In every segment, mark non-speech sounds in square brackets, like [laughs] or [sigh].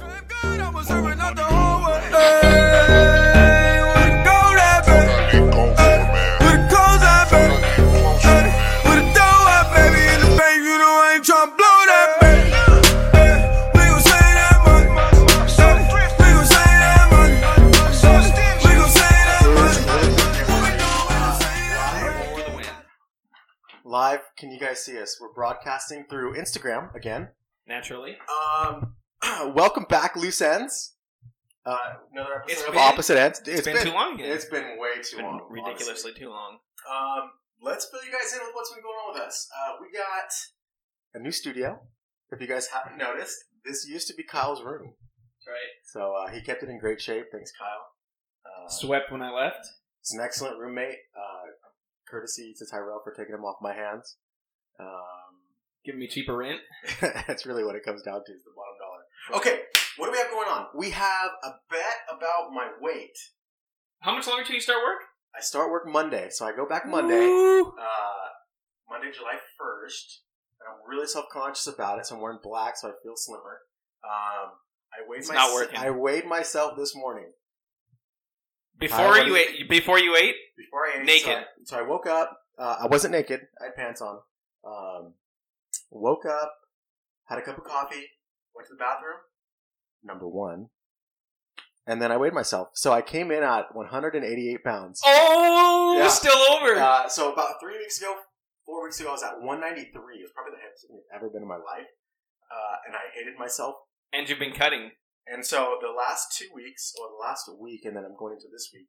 Oh Live, can you guys see us? We're broadcasting through Instagram again. Naturally. Um, [clears throat] welcome back, Loose Ends. Uh, another episode It's of been- Opposite Ends. it's been, too long. Again. It's been way too It's been long. ridiculously too long. honestly. Um, let's fill you guys in with what's been going on with us. Uh, we got a new studio. If you guys haven't noticed, this used to be Kyle's room. Right. So uh, he kept it in great shape. Thanks, Kyle. Uh, Swept when I left. He's an excellent roommate. Uh, courtesy to Tyrell for taking him off my hands. Um, Giving me cheaper rent. [laughs] that's really what it comes down to is the bottom dollar. Okay, what do we have going on? We have a bet about my weight. How much longer till you start work? I start work Monday, so I go back Monday. Ooh. Uh, Monday, July 1st. And I'm really self conscious about it, so I'm wearing black, so I feel slimmer. Um, I weighed It's my- not working. I weighed myself this morning. Before I you wouldn't- ate. Before you ate. before I ate, Naked. So I, so I woke up. Uh, I wasn't naked. I had pants on. Um, woke up, had a cup of coffee, went to the bathroom. Number one. And then I weighed myself. So I came in at 188 pounds. Oh, Yeah. still over. Uh, so about three weeks ago, four weeks ago, I was at 193. It was probably the heaviest I've ever been in my life. Uh, and I hated myself. and you've been cutting. And so the last two weeks, or the last week, and then I'm going into this week,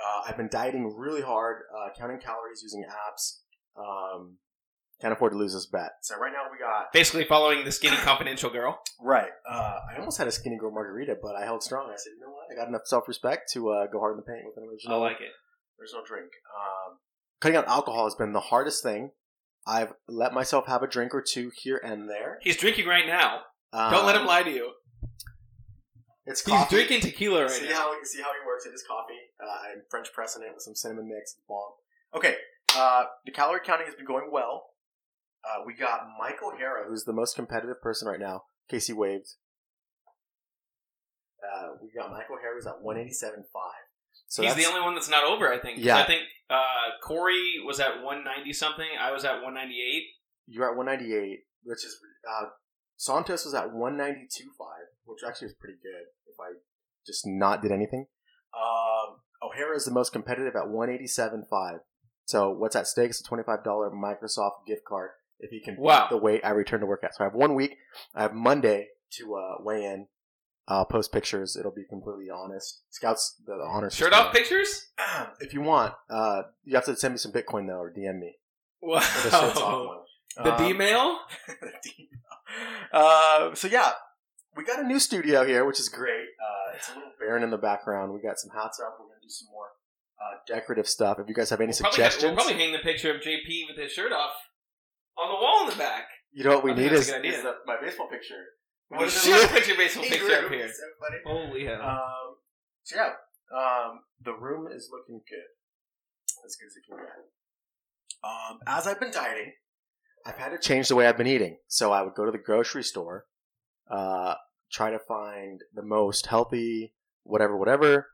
uh, I've been dieting really hard, uh, counting calories using apps. Um, can't afford to lose this bet. So right now we got Basically following [coughs] the skinny confidential girl. right. Uh, I almost had a skinny girl margarita, but I held strong. I said, you know what? I got enough self respect to uh, go hard in the paint with an I original like it. original drink. Um, cutting out alcohol has been the hardest thing. I've let myself have a drink or two here and there. He's drinking right now. Um, Don't let him lie to you. It's He's coffee. drinking tequila right see now. how see how he works at his coffee. Uh, I'm French pressing it with some cinnamon mix. It's bomb. Okay, uh, the calorie counting has been going well. Uh, we got Michael Hara, who's the most competitive person right now. Casey waved. Uh, we got Michael Hara, who's at 187.5. So He's that's, the only one that's not over. I think. 'Cause Yeah. I think uh, Corey was at 190 something. I was at 198. you're at 198, which is uh, Santos was at 192.5, which actually is pretty good if I just not did anything. Um, O'Hara is the most competitive at 187.5. So what's at stake is a $25 Microsoft gift card if he can beat Wow. the weight I return to work at. So I have one week. I have Monday to uh, weigh in. I'll post pictures. It'll be completely honest. Scouts the, the honor. Shirt system. off pictures. If you want, uh, you have to send me some Bitcoin though, or DM me. Wow. Or the [laughs] shirts off one. The Um, D-mail? uh, so yeah, we got a new studio here, which is great. Uh, it's a little barren in the background. We got some hats up. We're gonna do some more uh, decorative stuff. If you guys have any Probably- suggestions, We'll probably hang the picture of JP with his shirt off on the wall in the back. you know what we I think need that's is, a good idea. is the, my baseball picture. We Would've should been- put your [laughs] baseball picture up here. So funny. Holy hell. Um, so yeah, um, the room is looking good, as good as it can get. Um, as I've been dieting, I've had to change the way I've been eating. So I would go to the grocery store, uh, try to find the most healthy, whatever, whatever,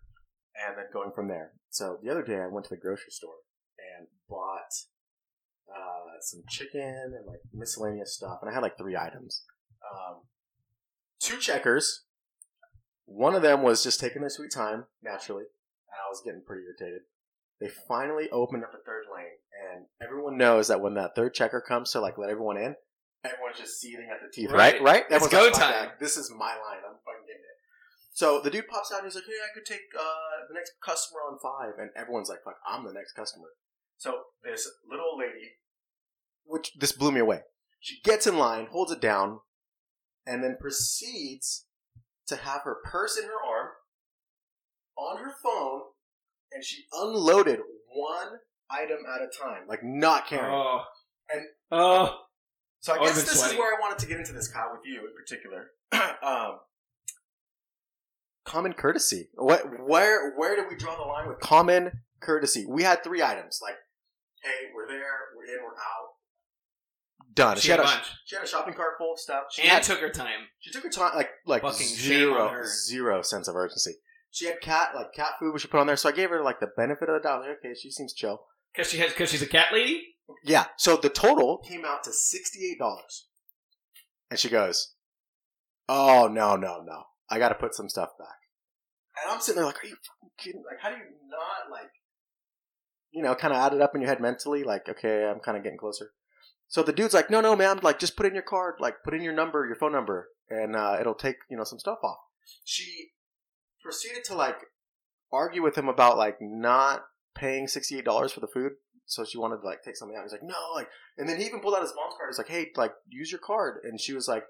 and then going from there. So the other day, I went to the grocery store and bought uh, some chicken and like miscellaneous stuff, and I had like three items. Um, two checkers, one of them was just taking their sweet time, naturally, and I was getting pretty irritated. They finally opened up a third lane, and everyone knows that when that third checker comes to like let everyone in, everyone's just seething at the teeth, right? Right. Right? It's Everyone's go like, "Fuck time." that. This is my line. I'm fucking getting it. So the dude pops out and he's like, "Hey, I could take uh, the next customer on five. and everyone's like, "Fuck, I'm the next customer." So this little lady, which this blew me away, she gets in line, holds it down, and then proceeds to have her purse in her arm on her phone, and she unloaded one item at a time, like not caring. oh. And- oh. So I Oh, I've guess been this is sweating. where I wanted to get into this, Kyle, with you in particular. [clears throat] um, common courtesy. What? Where? Where do we draw the line with common courtesy? We had three items. Like, hey, we're there, we're in, we're out. done. She Uh, She, had ate a lunch. she had a shopping cart full of stuff. She and had, took her time. she took her time, like like Fucking shame on zero her. zero sense of urgency. She had cat like cat food we should put on there, so I gave her like the benefit of the doubt. Like, okay, she seems chill. Because she has, because she's a cat lady. Yeah. So the total came out to sixty eight dollars. And she goes, "Oh no no no! I got to put some stuff back." And I'm sitting there like, "Are you fucking kidding? Like, how do you not like, you know, kind of add it up in your head mentally? Like, okay, I'm kind of getting closer." So the dude's like, "No no, ma'am. Like, just put in your card. Like, put in your number, your phone number, and uh, it'll take you know some stuff off." She proceeded to like argue with him about like not paying sixty eight dollars for the food so she wanted to like take something out. He's like, no, like, and then he even pulled out his mom's card. He's like, hey, like, use your card, and she was like,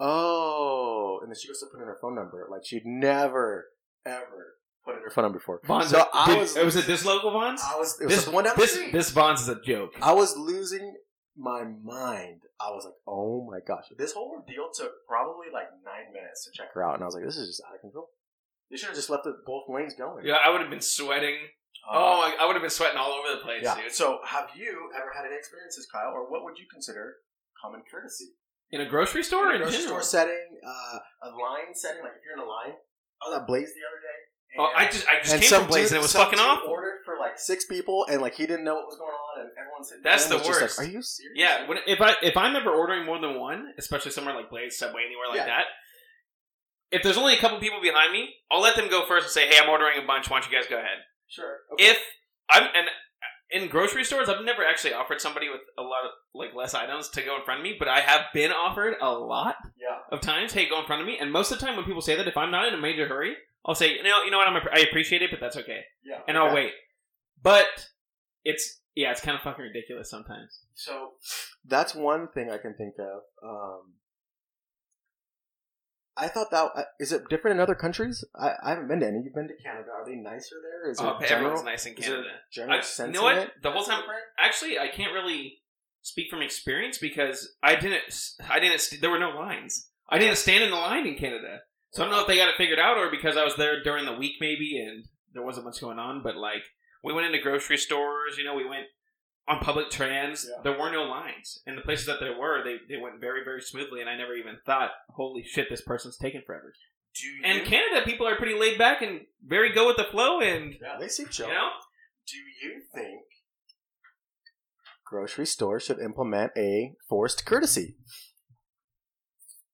oh, and then she goes to put in her phone number. Like she'd never ever put in her phone number before. Bonds. So I did- was- was it this local Bonds? I was it was This the one down the this street. this Bonds is a joke. I was losing my mind. I was like, oh my gosh, this whole ordeal took probably like nine minutes to check her out, and I was like, this is just out of control. They should have just left it both lanes going. Yeah, I would have been sweating. Um, Oh, my, I would have been sweating all over the place, yeah. dude. So, have you ever had any experiences, Kyle, or what would you consider common courtesy? In a grocery store, in a in grocery general? store setting, uh, a line setting, like if you're in a line. I was at Blaze the other day. Oh, I just I just came from Blaze and it was some fucking dude awful. Ordered for like six people, and like he didn't know what was going on, and everyone's sitting That's down the was just worst. Like, Are you serious? Yeah, when, if I if I'm ever ordering more than one, especially somewhere like Blaze, Subway, anywhere like Yeah. that, if there's only a couple people behind me, I'll let them go first and say, "Hey, I'm ordering a bunch. Why don't you guys go ahead?" sure. If I'm and in grocery stores, I've never actually offered somebody with a lot of like less items to go in front of me, but I have been offered a lot yeah, of times, "Hey, go in front of me." And most of the time, when people say that, if I'm not in a major hurry, I'll say, "No, you know what? I'm a, I appreciate it, but that's okay." yeah, and okay. I'll wait. But it's yeah, it's kind of fucking ridiculous sometimes. So that's one thing I can think of. Um, I thought that uh, is it different in other countries? I, I haven't been to any. You've been to Canada. Are they nicer there? Is Oh, it general, everyone's nice in is there Canada. general I- sense you know what? in it? The whole time, actually, I can't really speak from experience because I didn't. I didn't. st- There were no lines. I didn't stand in the line in Canada, so I don't know if they got it figured out or because I was there during the week maybe and there wasn't much going on. But like, we went into grocery stores. You know, we went on public trans. Yeah. There were no lines, and the places that there were, they they went very very smoothly. And I never even thought, holy shit, this person's taking forever. Do you And Canada people are pretty laid back and very go with the flow, and Yeah, they seem chill. you know, Do you think grocery stores should implement a forced courtesy?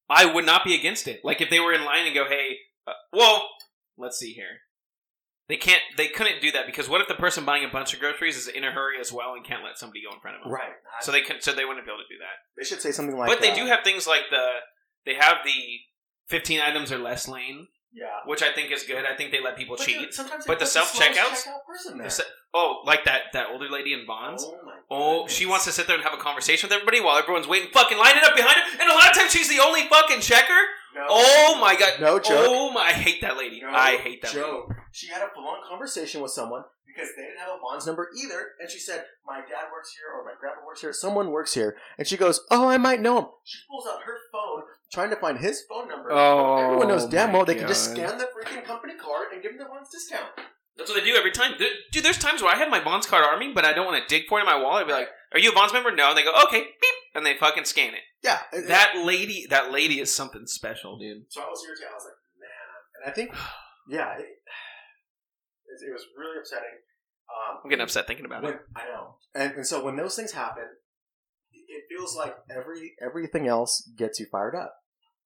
I would not be against it. Like if they were in line and go, "Hey, uh, well, let's see here," they can't. They couldn't do that because what if the person buying a bunch of groceries is in a hurry as well and can't let somebody go in front of them? Right. So they could. So they wouldn't be able to do that. they should say something like. but they uh, do have things like the. They have the fifteen items or less lane, Yeah. which I think is good. I think they let people But cheat. dude, sometimes But they the put slowest self-checkouts? checkout person there. The se- oh, like that that older lady in Bonds. oh my. Oh, goodness. she wants to sit there and have a conversation with everybody while everyone's waiting, fucking lining up behind her. And a lot of times she's the only fucking checker. No. Oh my god. No joke. Oh my, I hate that lady. No I hate that lady. joke. She had a long conversation with someone because they didn't have a bonds number either, and she said, "My dad works here, or my grandpa works here. Someone works here." And she goes, "Oh, I might know him." She pulls out her phone, trying to find his phone number. Oh, Everyone knows damn my well they can just God. scan the freaking company card and give them the bonds discount. That's what they do every time. There- Dude, there's times where I have my Bonds card army, but I don't want to dig for it in my wallet. I'd be like, are you a Bonds member? No. And they go, okay, beep. And they fucking scan it. Yeah, it- That lady, that lady is something special, dude. So I was irritated. I was like, man. And I think, yeah, it, it, it was really upsetting. Um, I'm getting upset thinking about it. when- I know. And, and so when those things happen, it- it feels like every everything else gets you fired up.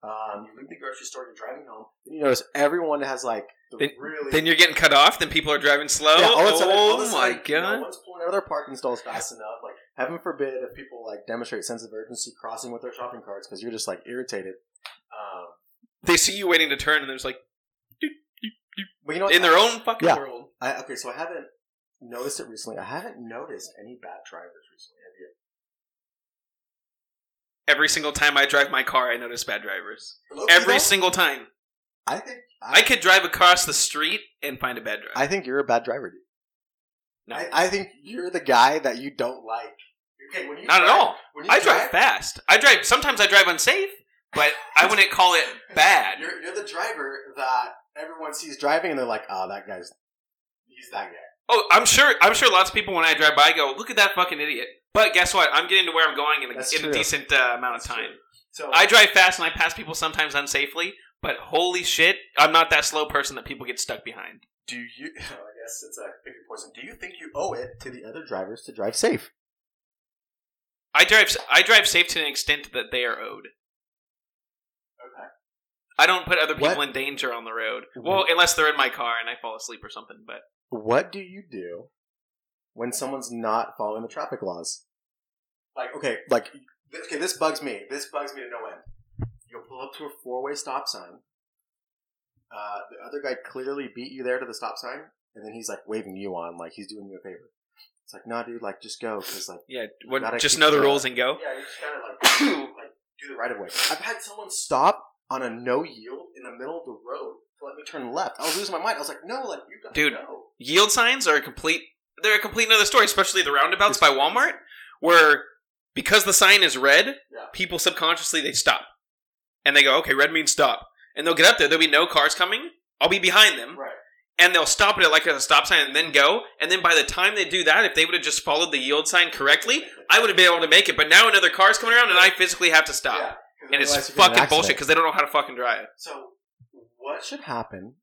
Um, you leave the grocery store, you're driving home, then you notice everyone has like the Then- really. Then you're getting cut off. Then people are driving slow. Yeah, all of a sudden- all of a oh my sudden, god. No one's pulling out of their parking stalls fast enough. Like, heaven forbid if people like demonstrate sense of urgency crossing with their shopping carts because you're just like irritated. Um, They see you waiting to turn, and there's like but you know, what? in their own fucking Yeah. world. I, okay, so I haven't noticed it recently. I haven't noticed any bad drivers recently. Have you? Every single time I drive my car, I notice bad drivers. Low-key, Every though, single time. I think I, I could drive across the street and find a bad driver. I think you're a bad driver, dude. no, I, I think you're the guy that you don't like. Okay, when you not at drive- all. When I drive fast. I drive. Sometimes I drive unsafe, but I wouldn't call it bad. You're, you're the driver that everyone sees driving, and they're like, "Oh, that guy's he's that guy." Oh, I'm sure. I'm sure lots of people when I drive by go, "Look at that fucking idiot." But guess what? I'm getting to where I'm going in That's a, in a true. decent uh, amount of time. So I drive fast and I pass people sometimes unsafely, but holy shit, I'm not that slow person that people get stuck behind. do you? [laughs] I guess it's a pick your poison. Do you think you owe it to the other drivers to drive safe? I drive I drive safe to an extent that they are owed. Okay. I don't put other people What- in danger on the road. Well, unless they're in my car and I fall asleep or something, but What do you do when someone's not following the traffic laws? Like, okay, like, th- okay, this bugs me. This bugs me to no end. You'll pull up to a four-way stop sign. Uh, the other guy clearly beat you there to the stop sign, and then he's like waving you on, like he's doing you a favor. It's like, nah, dude, like just go, cause like. yeah, what, Gotta just keep know the going. rules and go. Yeah, you just kind of [coughs] like, like do the right of way. I've had someone stop on a no yield in the middle of the road to let me turn left. I was losing my mind. I was like, no, like you gotta Dude. go. Yield signs are a complete they're a complete another story, especially the roundabouts by Walmart where because the sign is red, Yeah. people subconsciously they stop. And they go, "Okay, red means stop." And they'll get up there, there'll be no cars coming. I'll be behind them. Right. and they'll stop it at like at a stop sign and then go. And then by the time they do that, if they would have just followed the yield sign correctly, I would have been able to make it. But now another car's coming around and I physically have to stop. Yeah, 'cause And it's otherwise you get in an fucking bullshit accident. because they don't know how to fucking drive. So, what should happen?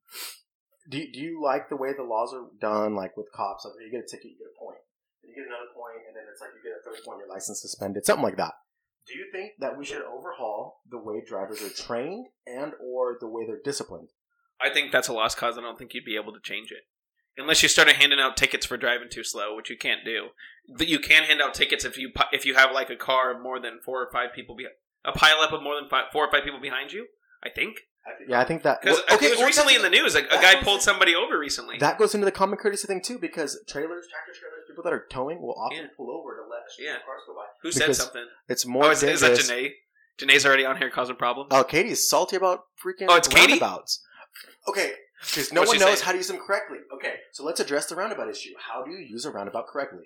Do do you like the way the laws are done? Like with cops, like you get a ticket, you get a point, then you get another point, and then it's like you get a third point, your license suspended, something like that. Do you think that we should overhaul the way drivers are trained and or the way they're disciplined? I think that's a lost cause. I don't think you'd be able to change it unless you started handing out tickets for driving too slow, which you can't do. But you can hand out tickets if you pi- if you have like a car of more than four or five people be a pile up of more than five, four or five people behind you. I think I think, yeah, I think that because well, it was well, recently that's- in the news. A, a that guy was- pulled somebody over recently. That goes into the common courtesy thing too, because trailers, tractor trailers, people that are towing will often Yeah. pull over to let Yeah. cars go by. Who said because- something? It's more oh, is, is that dangerous. Janae? Janae's already on here causing problems. Oh, Katie's salty about freaking Oh, it's Katie? roundabouts. Okay, because no What'd one she knows say? how to use them correctly. Okay, so let's address the roundabout issue. How do you use a roundabout correctly?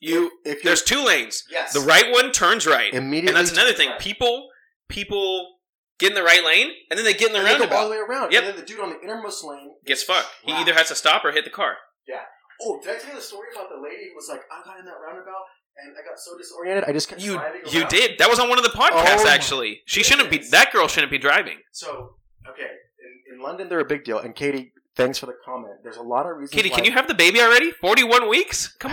you if you're there's two lanes. yes, The right one turns right, immediately, and that's another thing. Right. People people get in the right lane, and then they get in the and they go all the roundabout. way around, Yep. and then the dude on the innermost lane Gets fucked. He Wow. either has to stop or hit the car. Oh, did I tell you the story about the lady who was like, I got in that roundabout and I got so disoriented, I just kept You driving you around." did. That was on one of the podcasts. Oh my actually, she shouldn't be. goodness. That girl shouldn't be driving. So okay, in, in London they're a big deal. And Katie, thanks for the comment. There's a lot of reasons. Kitty, why can you have the baby already? Forty-one weeks. Come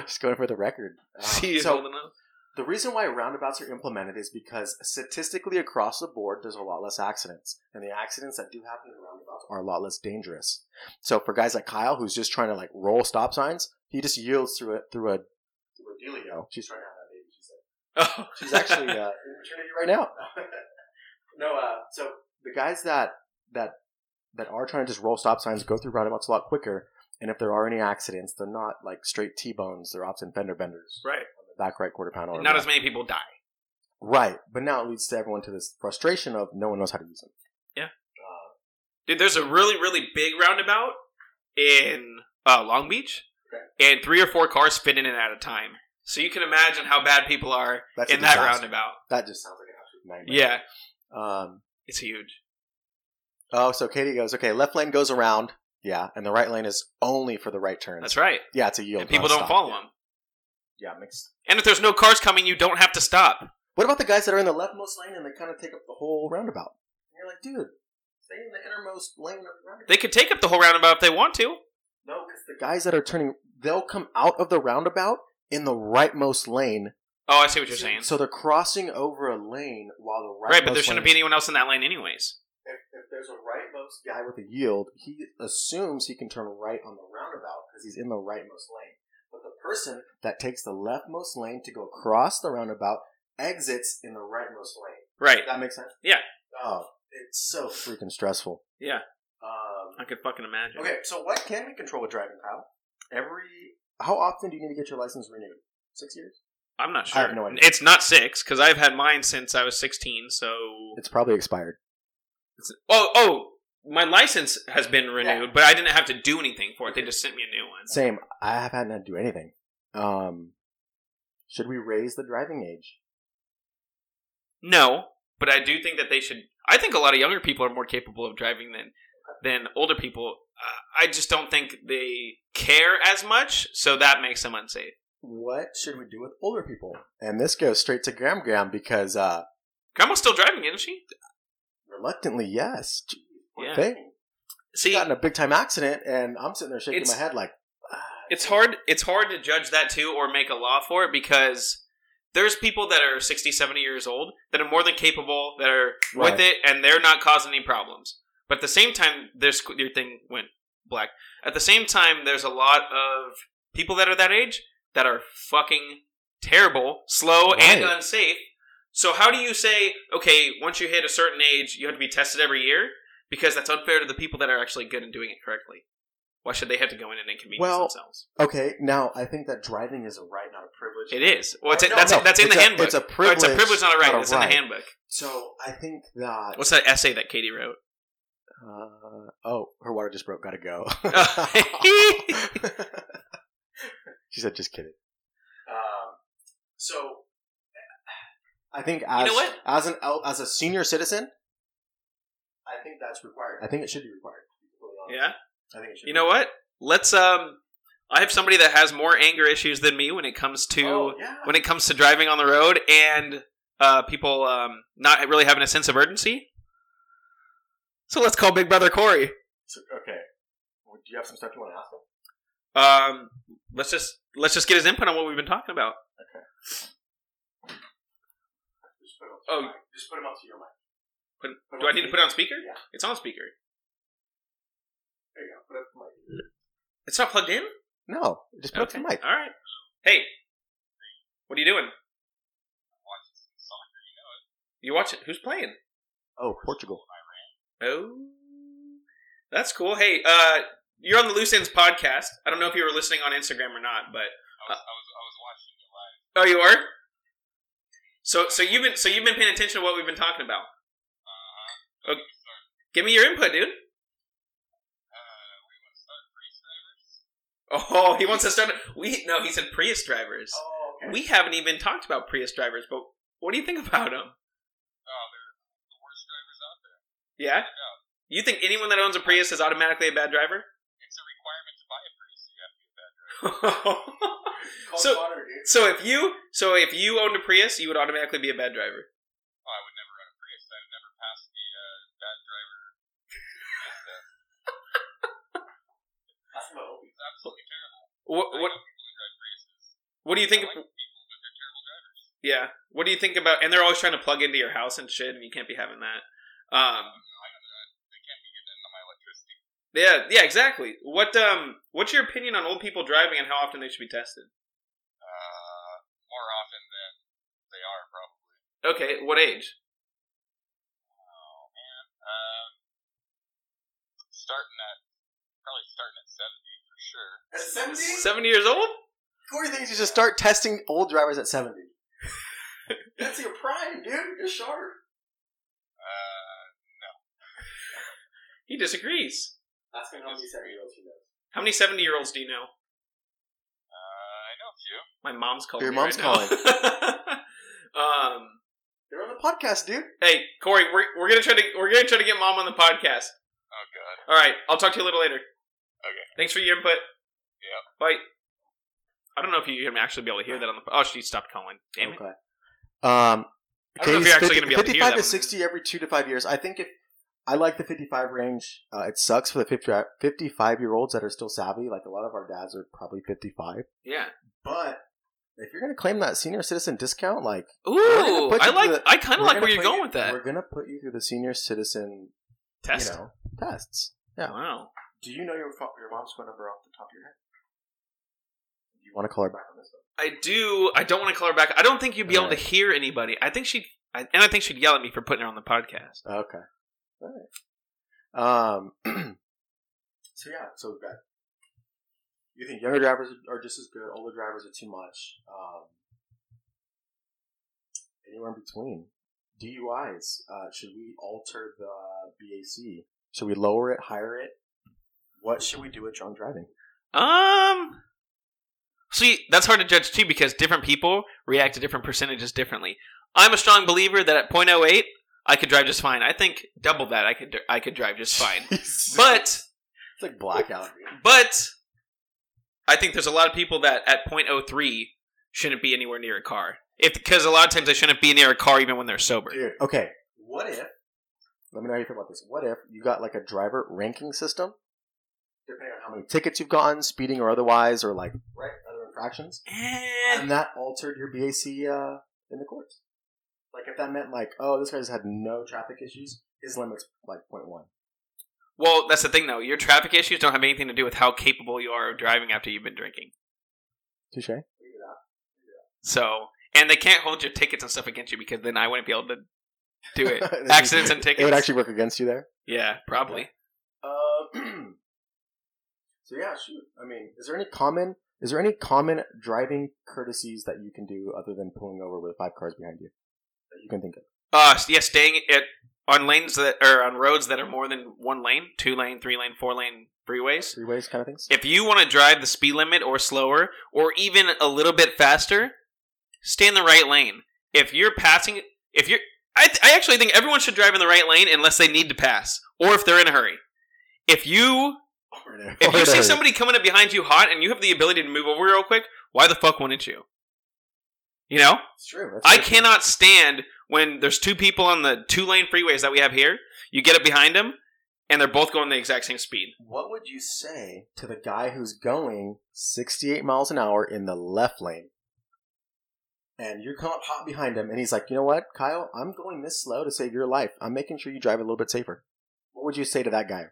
[laughs] just going for the record? Um, She is so holding on. the reason why roundabouts are implemented is because statistically across the board, there's a lot less accidents, and the accidents that do happen in roundabouts are a lot less dangerous. So for guys like Kyle, who's just trying to like roll stop signs, he just yields through it through a through a dealio. She's trying to have that baby. She's like. [laughs] She's [laughs] Oh. actually uh, in maternity right now. no, uh, so the guys that that that are trying to just roll stop signs go through roundabouts a lot quicker, and if there are any accidents, they're not like straight T bones; they're often fender benders, right. on the back right quarter panel. or Not left. as many people die. right, but now it leads to everyone to this frustration of no one knows how to use them. Yeah. Uh, Dude, there's a really, really big roundabout in uh, Long Beach, Okay. and three or four cars fit in and out at a time. So you can imagine how bad people are That's in a that disaster. roundabout. that just sounds like an absolute nightmare. Yeah, Um, it's huge. oh, so Katie goes, okay, left lane goes around, yeah, and the right lane is only for the right turns. That's right. Yeah, it's a yield. And people not a don't stop. follow them. Yeah, mixed And if there's no cars coming, you don't have to stop. What about the guys that are in the leftmost lane and they kind of take up the whole roundabout? And you're like, dude, stay in the innermost lane of the roundabout. They could take up the whole roundabout if they want to. no, because the guys that are turning, they'll come out of the roundabout in the rightmost lane. Oh, I see what you're saying. So they're crossing over a lane while the rightmost right, but there shouldn't be lane- anyone else in that lane, anyways. If, if there's a rightmost guy with a yield, he assumes he can turn right on the roundabout because he's in the rightmost lane. But the person that takes the leftmost lane to go across the roundabout exits in the rightmost lane. Right. That makes sense. Yeah. Oh, it's so freaking stressful. Yeah. I Um, could fucking imagine. okay, so what can we control with driving, Kyle? Every how often do you need to get your license renewed? Six years. I'm not sure. I have no idea. It's not six, because I've had mine since I was 16, so. It's probably expired. Oh, oh, my license has been renewed, Yeah. but I didn't have to do anything for it. They just sent me a new one. Same. I haven't had to do anything. Um, should we raise the driving age? No, but I do think that they should. I think a lot of younger people are more capable of driving than than older people. I- I just don't think they care as much, so that makes them unsafe. What should we do with older people? And this goes straight to Gram Gram because uh, Grandma's still driving, isn't she? reluctantly, yes. Gee, poor Yeah. thing. See, got in a big time accident, and I'm sitting there shaking It's- my head like, it's hard it's hard to judge that too or make a law for it because there's people that are 60 70 years old that are more than capable that are Right. with it and they're not causing any problems but at the same time there's your thing went black at the same time there's a lot of people that are that age that are fucking terrible slow and Right. unsafe so how do you say okay once you hit a certain age you have to be tested every year because that's unfair to the people that are actually good and doing it correctly why should they have to go in and inconvenience Well, themselves okay, now I think that driving is a right, not a privilege. It is. Well, it's, No, that's no, that's in it's the a- handbook. It's a Or privilege. it's a privilege, not a right. not a it's in right. the handbook. So I think that. What's that essay that [laughs] Katie wrote? [laughs] Uh, oh, her water just broke. Gotta [laughs] go. [laughs] [laughs] she said, "Just kidding." Um, so I think as know what? as an el- as a senior citizen, I think that's required. I think it should be required. to be completely honest. yeah. I think it should. You know what? Let's. Um, I have somebody that has more anger issues than me when it comes to Oh, yeah. when it comes to driving on the road and uh, people um, not really having a sense of urgency. So let's call Big Brother Corey. So- okay. Well, do you have some stuff you want to ask them? Um, let's just let's just get his input on what we've been talking about. Just put them up Oh. mic. Just put them up to your mic. Put- them Do I need to put it on speaker? Yeah. It's on speaker. There you go. Put it up to mic. It's not plugged in. No, just put it up to the mic. All right. Hey, what are you doing? You watch it. Who's playing? Oh, Portugal. Oh, that's cool. Hey, uh, you're on the Loose Ends podcast. I don't know if you were listening on Instagram or not, but I was, I was, I was watching you live. Oh, you are. So, so you've been so you've been paying attention to what we've been talking about. Uh-huh. Okay. Give me your input, dude. Uh, Oh, he wants to start. We no, he said Prius drivers. Oh, okay. We haven't even talked about Prius drivers, but what do you think about them? Yeah? You think anyone that owns a Prius is automatically a bad driver? Cold [laughs] So- water, dude. so if you so if you owned a Prius, you would automatically be a bad driver. That's my opening. What what what do you think? Yeah. What do you think about? And they're always trying to plug into your house and shit, and you can't be having that. Um, yeah, yeah, exactly. What um, what's your opinion on old people driving and how often they should be tested? uh, Okay, what age? Oh, Um, Starting at probably starting at seventy for sure. Seventy years old? Corey thinks you should start testing old drivers at [laughs] 70. That's your prime, dude. You're sharp. Uh, He disagrees. Ask me how many 70 year olds he knows. How many seventy-year-olds do you know? uh, I know a few. My mom's calling. Your me mom's right calling. [laughs] um, They're on the podcast, dude. hey Corey, we're, we're gonna try to we're gonna try to get mom on the podcast. Oh god. All right, I'll talk to you a little later. Okay. Thanks for your input. Yeah. Bye. I don't know if you're gonna actually be able to hear that on the. Oh, she stopped calling. Damn it. Okay. Um, I don't know if you're actually 50 gonna be able to hear 55 that to one. 60 every two to five years. I think if I like the 55 range, uh, it sucks for the 50, 55 year olds that are still savvy. Like a lot of our dads are probably 55. Yeah. But if you're going to claim that senior citizen discount, like, gonna Ooh, put I you like. through the- I kind we're of like gonna where you're put going you- with that. We're going to put you through the senior citizen Test. You know, tests. yeah. Wow. Do you know your fo- your mom's phone number off the top of your head? Do you want to call her back on this one? I do. I don't want to call her back. I don't think you'd be able Alright. to hear anybody. I think she'd. I, and I think she'd yell at me for putting her on the podcast. Okay. All right. Um. [clears throat] so yeah, so we've got. You think younger drivers are just as good? Older drivers are too much. Um, anywhere in between. DUIs. Uh, should we alter the BAC? Should we lower it? Higher it? What should we do with drunk driving? Um. See, that's hard to judge too because different people react to different percentages differently. I'm a strong believer that at .08, [laughs] I could drive just fine. I think double that, I could I could drive just fine. but It's like blackout. But I think there's a lot of people that at 0.03 shouldn't be anywhere near a car. If because a lot of times they shouldn't be near a car even when they're sober. Dude, okay. What if? Let me know how you feel about this. What if you got like a driver ranking system, depending on how many tickets you've gotten, speeding or otherwise, or like right other infractions, Eh, and that altered your BAC uh, in the courts? Like if that meant like, oh, this guy's had no traffic issues, his limit's like 0.1. well, that's the thing though. Your traffic issues don't have anything to do with how capable you are of driving after you've been drinking. Touche. So, and they can't hold your tickets and stuff against you because then I wouldn't be able to do [laughs] it. Accidents and It tickets. would actually work against you there. yeah, probably. Uh, [clears throat] so yeah, shoot. I mean, is there any common is there any common driving courtesies that you can do other than pulling over with five cars behind you that you can think of? Uh, s- yeah, staying at on lanes that or on roads that are more than one lane, two lane, three lane, four lane freeways. Freeways kind of things. If you want to drive the speed limit or slower, or even a little bit faster, stay in the right lane. If you're passing, if you're, I, th- I actually think everyone should drive in the right lane unless they need to pass or if they're in a hurry. If you if you see somebody coming up behind you hot and you have the ability to move over real quick, why the fuck wouldn't you? You know. it's true. that's I very true. cannot stand when there's two people on the two lane freeways that we have here. You get up behind them, and they're both going the exact same speed. What would you say to the guy who's going 68 miles an hour in the left lane? And you're coming up hot behind him, and he's like, you know what, Kyle, I'm going this slow to save your life. I'm making sure you drive a little bit safer. What would you say to that guy?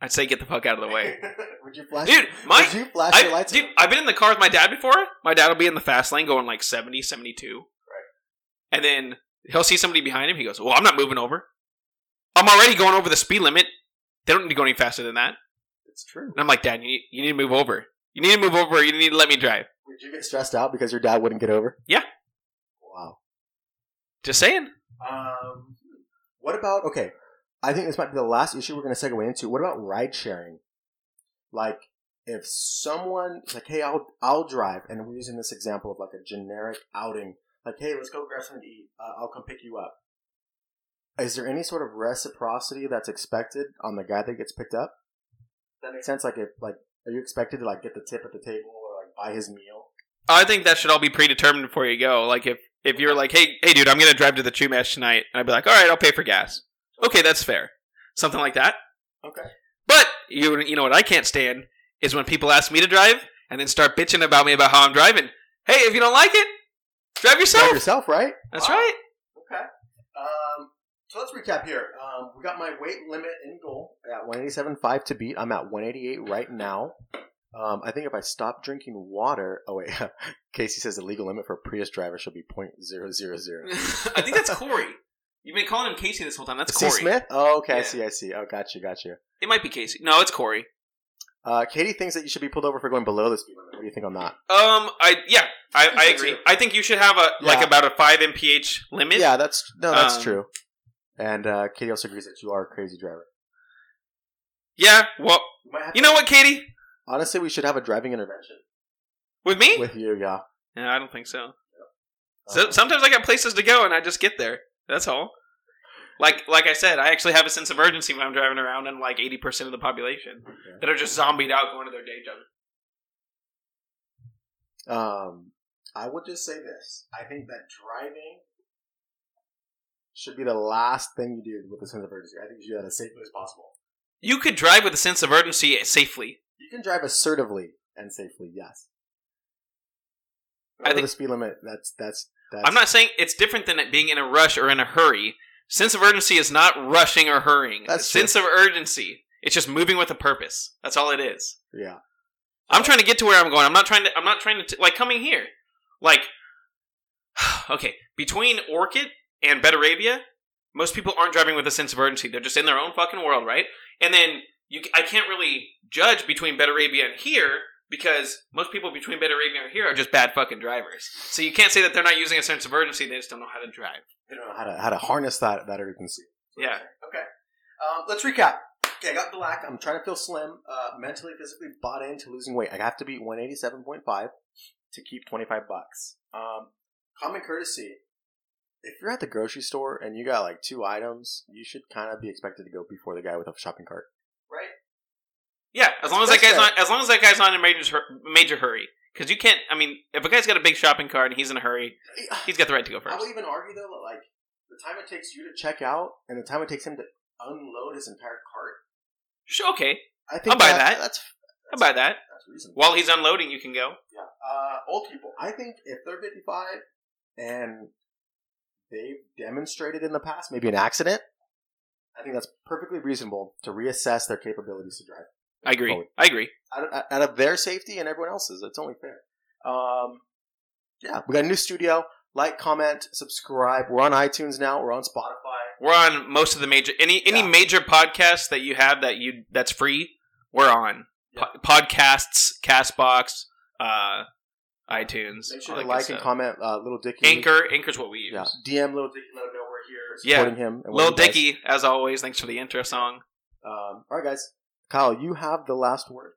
I'd say get the fuck out of [laughs] the way, would you flash? dude. My would you flash your I, lights? dude, I've been in the car with my dad before. My dad will be in the fast lane going like 70, 72. Right. And then he'll see somebody behind him. He goes, Well, I'm not moving over. I'm already going over the speed limit. They don't need to go any faster than that. It's true. And I'm like, Dad, you need, you need to move over. You need to move over. You need to let me drive. Would you get stressed out because your dad wouldn't get over? Yeah. Wow. Just saying. Um, what about okay? I think this might be the last issue we're going to segue into. What about ride sharing? Like, if someone is like, "Hey, I'll I'll drive," and we're using this example of like a generic outing, like, "Hey, let's go grab something to eat. Uh, I'll come pick you up." Is there any sort of reciprocity that's expected on the guy that gets picked up? That makes sense. Like, if like, are you expected to like get the tip at the table or like buy his meal? I think that should all be predetermined before you go. Like if if you're like, hey, hey, dude, I'm gonna drive to the Chew Match tonight, and I'd be like, all right, I'll pay for gas. Okay, that's fair. Something like that. Okay. But you you know what I can't stand is when people ask me to drive and then start bitching about me about how I'm driving. Hey, if you don't like it, drive yourself. Drive yourself, right? That's right. Okay. Um, so let's recap here. Um, we got my weight limit in goal at 187.5 to beat. I'm at 188 right now. Um, I think if I stop drinking water, [laughs] oh wait, Casey says the legal limit for a Prius driver should be 0.000. [laughs] I think that's Corey. You've been calling him Casey this whole time. That's C. Corey. Smith? Oh, okay, I Yeah. see, I see. Oh, got you, got you. It might be Casey. No, it's Corey. Uh, Katie thinks that you should be pulled over for going below the speed limit. What do you think on that? Um, I yeah, I, I Interesting. agree. I think you should have a like Yeah. about a five mph limit. Yeah, that's no, that's Um, true. And uh, Katie also agrees that you are a crazy driver. Yeah. Well, You might have you to- know what, Katie? honestly, we should have a driving intervention With me? Uh-huh. with you. Yeah. no, I don't think so. Um, so. Sometimes I got places to go and I just get there. That's all. Like like I said, I actually have a sense of urgency when I'm driving around and like 80% of the population Yeah. that are just zombied out going to their day job. Um, I would just say this: I think that driving should be the last thing you do with a sense of urgency. I think you should do that as safely as possible. You could drive with a sense of urgency safely. You can drive assertively and safely, yes. I I think think- the speed limit. That's that's. that's I'm not saying it's different than it being in a rush or in a hurry. Sense of urgency is not rushing or hurrying. That's true. sense of urgency. It's just moving with a purpose. That's all it is. Yeah. I'm trying to get to where I'm going. I'm not trying to. I'm not trying to like coming here. Like, [sighs] okay, between Orchid and Betaravia, most people aren't driving with a sense of urgency. They're just in their own fucking world, right? And then you, I can't really judge between Betaravia and here because most people between Betaravia and here are just bad fucking drivers. So you can't say that they're not using a sense of urgency. They just don't know how to drive. I don't know how to how to harness that that urgency. Yeah. Okay. Um, let's recap. Okay, I got black. I'm trying to feel slim, uh, mentally, physically bought into losing weight. I have to beat 187.5 to keep 25 bucks. Um, common courtesy. If you're at the grocery store and you got like two items, you should kind of be expected to go before the guy with a shopping cart. Right. Yeah, as long as That's that guy's fair. not as long as that guy's not in a major hur- major hurry, because you can't. I mean, if a guy's got a big shopping cart and he's in a hurry, he's got the right to go I first. would even argue though, that, like the time it takes you to check out and the time it takes him to unload his entire cart. Sure, okay, I think I'll buy that. That's I buy that. that's reasonable. While he's unloading, you can go. Yeah. Uh, old people. I think if they're 55 and they've demonstrated in the past maybe an accident, I think that's perfectly reasonable to reassess their capabilities to drive. I agree. Totally. I agree. Out of, out of their safety and everyone else's. It's only fair. Um, yeah, we got a new studio. Like, comment, subscribe. We're on iTunes now. We're on Spotify. We're on most of the major any any Yeah. major podcasts that you have that you that's free. We're on po- podcasts, Castbox, uh, iTunes. Make sure all to like that good and stuff. comment uh, Little Dicky. Anchor, Anchor's what we use. Yeah. DM Little Dicky. Let him know we're here Yeah. supporting him. and what Lil he does. Dicky, as always, thanks for the intro song. Um, all right, guys. Kyle, you have the last word.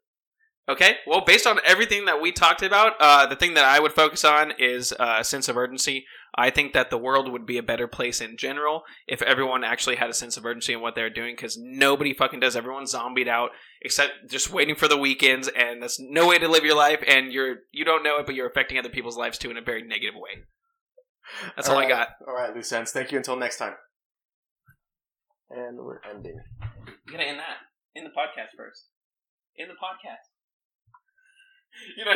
Okay. Well, based on everything that we talked about, uh, the thing that I would focus on is uh, a sense of urgency. I think that the world would be a better place in general if everyone actually had a sense of urgency in what they're doing because nobody fucking does. Everyone's zombied out except just waiting for the weekends, and that's no way to live your life. And you're you don't know it, but you're affecting other people's lives too in a very negative way. That's all I Uh, got. All right, loose ends. Thank you. Until next time. And we're ending. You gotta end that in the podcast first. In the podcast. You know.